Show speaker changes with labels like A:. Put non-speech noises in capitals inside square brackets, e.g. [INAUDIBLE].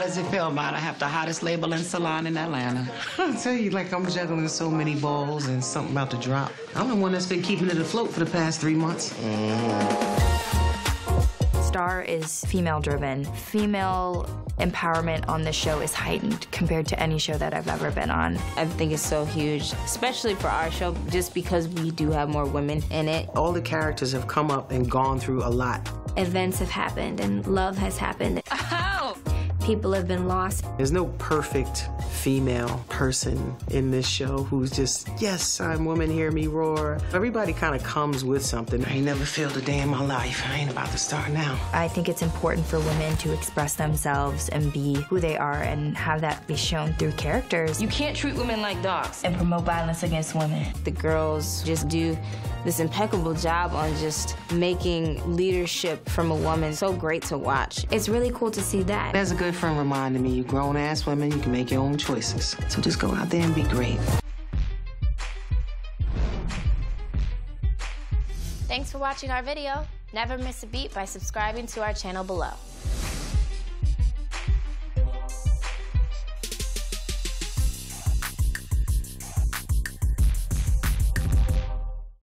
A: does it feel, Mona? I have the hottest label and salon in Atlanta.
B: [LAUGHS] I tell you, like I'm juggling so many balls and something about to drop. I'm the one that's been keeping it afloat for the past three months.
C: Star is female driven. Female empowerment on this show is heightened compared to any show that I've ever been on.
D: I think it's so huge, especially for our show, just because we do have more women in it.
B: All the characters have come up and gone through a lot.
E: Events have happened and love has happened.
D: Oh!
E: People have been lost.
B: There's no perfect female person in this show who's just, yes, I'm woman, hear me roar. Everybody kind of comes with something. I ain't never failed a day in my life. I ain't about to start now.
C: I think it's important for women to express themselves and be who they are and have that be shown through characters
D: You can't treat women like dogs.
C: and promote violence against women.
D: The girls just do this impeccable job on just making leadership from a woman so great to watch.
E: It's really cool to see that.
B: As a good friend reminded me, you grown ass women, you can make your own choices. So just go out there and be great.
F: Thanks for watching our video. Never miss a beat by subscribing to our channel below.